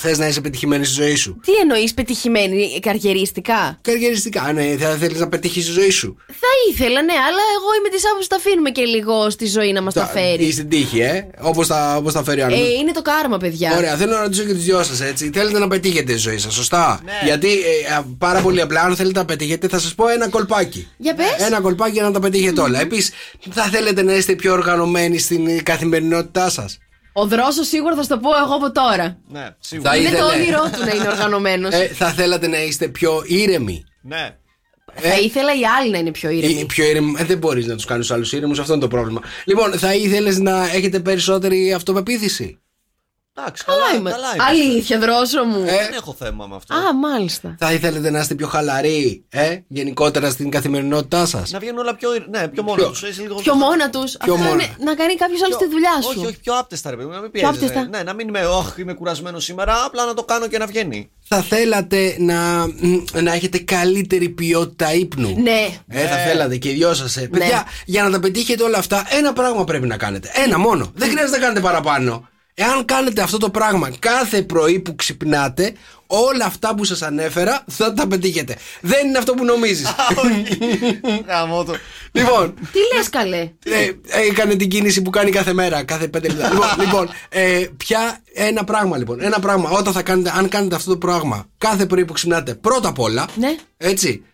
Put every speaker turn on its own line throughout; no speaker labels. Θες να είσαι πετυχημένη στη ζωή σου.
Τι εννοείς πετυχημένη, καριεριστικά.
Καριεριστικά, ναι, θα θέλεις να πετύχεις τη ζωή σου.
Θα ήθελα, ναι, αλλά εγώ είμαι της άποψης τα αφήνουμε και λίγο στη ζωή να μας τα
Ή
φέρει.
στην τύχη, ε. Όπως τα, όπως τα φέρει ο άλλος.
Ε, είναι το κάρμα, παιδιά.
Ωραία, θέλω να ρωτήσω και τους δυο σας έτσι. Θέλετε να πετύχετε τη ζωή σας, σωστά.
Ναι.
Γιατί ε, α, πάρα πολύ απλά, αν θέλετε να πετύχετε, θα σας πω ένα κολπάκι.
Για πες.
Ένα κολπάκι για να τα πετύχετε όλα. Επίσης, θα θέλετε να είστε πιο οργανωμένοι στην ε, καθημερινότητά σας.
Ο δρόσος σίγουρα θα στο πω εγώ από τώρα.
Ναι, σίγουρα.
Θα
είναι το
ήθελε.
όνειρό του να είναι οργανωμένος.
Ε, θα θέλατε να είστε πιο ήρεμοι.
Ναι.
ε.
θα ήθελα οι άλλοι να είναι πιο ήρεμοι.
Ή πιο ήρεμοι. Ε, δεν μπορείς να τους κάνεις άλλους ήρεμους, αυτό είναι το πρόβλημα. Λοιπόν, θα ήθελες να έχετε περισσότερη αυτοπεποίθηση.
Εντάξει,
Καλά
καλά,
είμαι.
καλά είμαστε.
Αλήθεια, δρόσο μου.
Ε,
Δεν έχω θέμα με αυτό.
Α, μάλιστα.
Θα ήθελετε να είστε πιο χαλαροί, ε, γενικότερα στην καθημερινότητά σας.
Να βγαίνουν όλα πιο, ήρ- ναι, πιο μόνο
Πιο-
τους, είσαι λίγο-
Πιο μόνα τους. Αυτό
μόνα.
είναι να κάνει κάποιος άλλος
πιο-
τη δουλειά σου.
Όχι, όχι, πιο άπτεστα, ρε παιδί μου, να μην πιέζεσαι.
άπτεστα.
Ναι, να μην είμαι, «Ωχ, είμαι κουρασμένος σήμερα, απλά να το κάνω και να βγαίνει.
θα θέλατε να, μ, να έχετε καλύτερη ποιότητα ύπνου.
Ναι.
Ε, θα θέλατε και οι δυο σας. Παιδιά, για να τα πετύχετε όλα αυτά, ένα πράγμα πρέπει να κάνετε. Ένα μόνο. Δεν χρειάζεται να κάνετε παραπάνω. Εάν κάνετε αυτό το πράγμα κάθε πρωί που ξυπνάτε, όλα αυτά που σας ανέφερα θα τα πετύχετε. Δεν είναι αυτό που νομίζεις.
Γαμώ το.
λοιπόν,
Τι λες, καλέ.
ε, έκανε την κίνηση που κάνει κάθε μέρα, κάθε πέντε λεπτά. λοιπόν, λοιπόν ε, πια ένα πράγμα λοιπόν. Ένα πράγμα. Όταν θα κάνετε, αν κάνετε αυτό το πράγμα κάθε πρωί που ξυπνάτε, πρώτα απ' όλα.
Ναι.
Έτσι.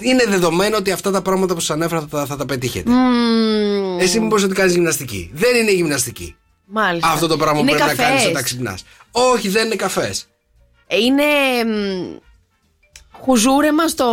Είναι δεδομένο ότι αυτά τα πράγματα που σας ανέφερα θα, θα τα πετύχετε.
Μμμ,
Εσύ μήπως ότι κάνεις γυμναστική. Δεν είναι γυμναστική.
Μάλιστα.
Αυτό το πράγμα
Ναι. Είναι
που πρέπει να
καφές.
κάνεις όταν ξυπνάς. Όχι, δεν είναι καφές.
Ε, Είναι. μ, Χουζούρεμα στο,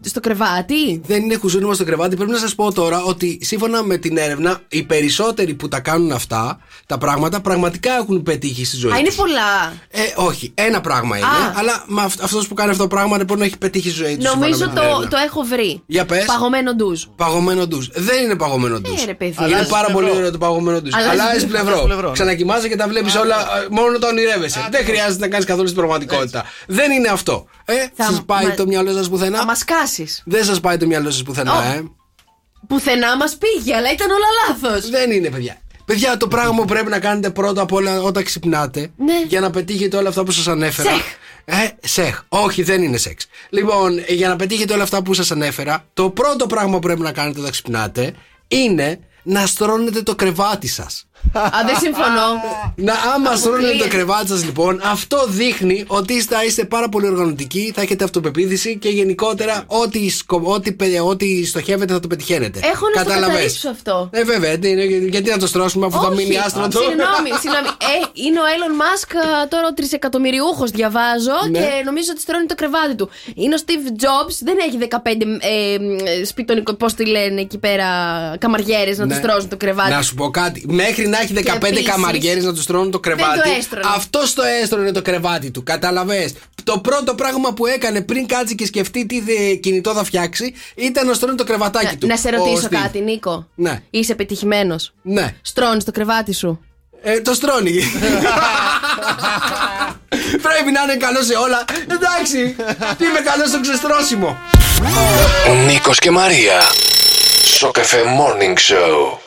στο κρεβάτι.
Δεν είναι χουζούνιμα στο κρεβάτι. Πρέπει να σας πω τώρα ότι σύμφωνα με την έρευνα, οι περισσότεροι που τα κάνουν αυτά τα πράγματα πραγματικά έχουν πετύχει στη ζωή
Α, είναι
τους.
πολλά.
Ε, όχι, ένα πράγμα είναι.
Α.
Αλλά αυτός που κάνει αυτό το πράγμα μπορεί να έχει πετύχει στη ζωή τους. σύμφωνα
Νομίζω
με την
το,
έρευνα.
το έχω βρει.
Για πες.
Παγωμένο ντουζ.
Παγωμένο ντουζ. Δεν είναι παγωμένο ντουζ.
Ε, ρε, παιδί.
Αλλά είναι
Αλλάζεις
πάρα
πλευρό.
πολύ ωραίο το παγωμένο ντουζ.
Αλλάζεις
Αλλάζει
πλευρό.
πλευρό.
Αλλάζεις πλευρό.
Ξανακοιμάσαι και τα βλέπεις όλα. ε, Μόνο τα ονειρεύεσαι.
ναι.
Δεν χρειάζεται να κάνεις καθόλου στην πραγματικότητα. Δεν είναι αυτό. Ε,
Θα
σας
μ-
πάει
μα-
το μυαλό σας
Θα μας
πουθενά.
κάσεις.
Δεν σας πάει το μυαλό σας πουθενά,
Ω.
ε.
Πουθενά μας πήγε, αλλά ήταν όλα λάθος.
Δεν είναι, παιδιά. Παιδιά, το πράγμα που πρέπει να κάνετε πρώτα απ' όλα όταν ξυπνάτε
Ναι.
για να πετύχετε όλα αυτά που σας ανέφερα.
Σεχ.
Ε, σεχ. Όχι, δεν είναι σεξ. Λοιπόν, ε, για να πετύχετε όλα αυτά που σας ανέφερα, το πρώτο πράγμα που πρέπει να κάνετε όταν ξυπνάτε είναι να στρώνετε το κρεβάτι σας.
Α, δεν συμφωνώ.
Να άμα στρώνετε το
Αποκλείεται.
κρεβάτι σας, λοιπόν, αυτό δείχνει ότι θα είστε πάρα πολύ οργανωτικοί, θα έχετε αυτοπεποίθηση και γενικότερα ό,τι, σκο- ό,τι, πε- ό,τι στοχεύετε θα το πετυχαίνετε.
Έχω να το
Καταλαβες.
καταρρύψω αυτό.
Ε, βέβαια, τι είναι, γιατί να το στρώσουμε αφού θα μείνει άστρωτο.
Συγγνώμη, συγγνώμη. Ε, είναι ο Έλλον Μάσκ α, τώρα ο τρισεκατομμυριούχος, διαβάζω
Ναι.
και νομίζω ότι στρώνει το κρεβάτι του. Είναι ο Steve Jobs, δεν έχει 15 ε, ε, σπιτονικό, πώς τη λένε εκεί πέρα, καμαριέρες να
Ναι.
του στρώσουν το κρεβάτι.
Να σου πω κάτι. Μέχρι να έχει 15
επίσης,
καμαριέρες να τους τρώνουν το κρεβάτι.
το έστρωνε.
Αυτό το έστρωνε το κρεβάτι του. Καταλαβέ. Το πρώτο πράγμα που έκανε πριν κάτσει και σκεφτεί τι δε- κινητό θα φτιάξει ήταν να στρώνει το κρεβατάκι του.
να σε
Ο
ρωτήσω
Steve.
κάτι, Νίκο.
Ναι.
Είσαι πετυχημένο.
Ναι.
Στρώνεις το κρεβάτι σου.
Ε, το στρώνει. Πρέπει να είναι καλό σε όλα. Εντάξει, είμαι καλό στο ξεστρώσιμο.
Νίκος και Μαρία. Σοκεφέ Morning Show.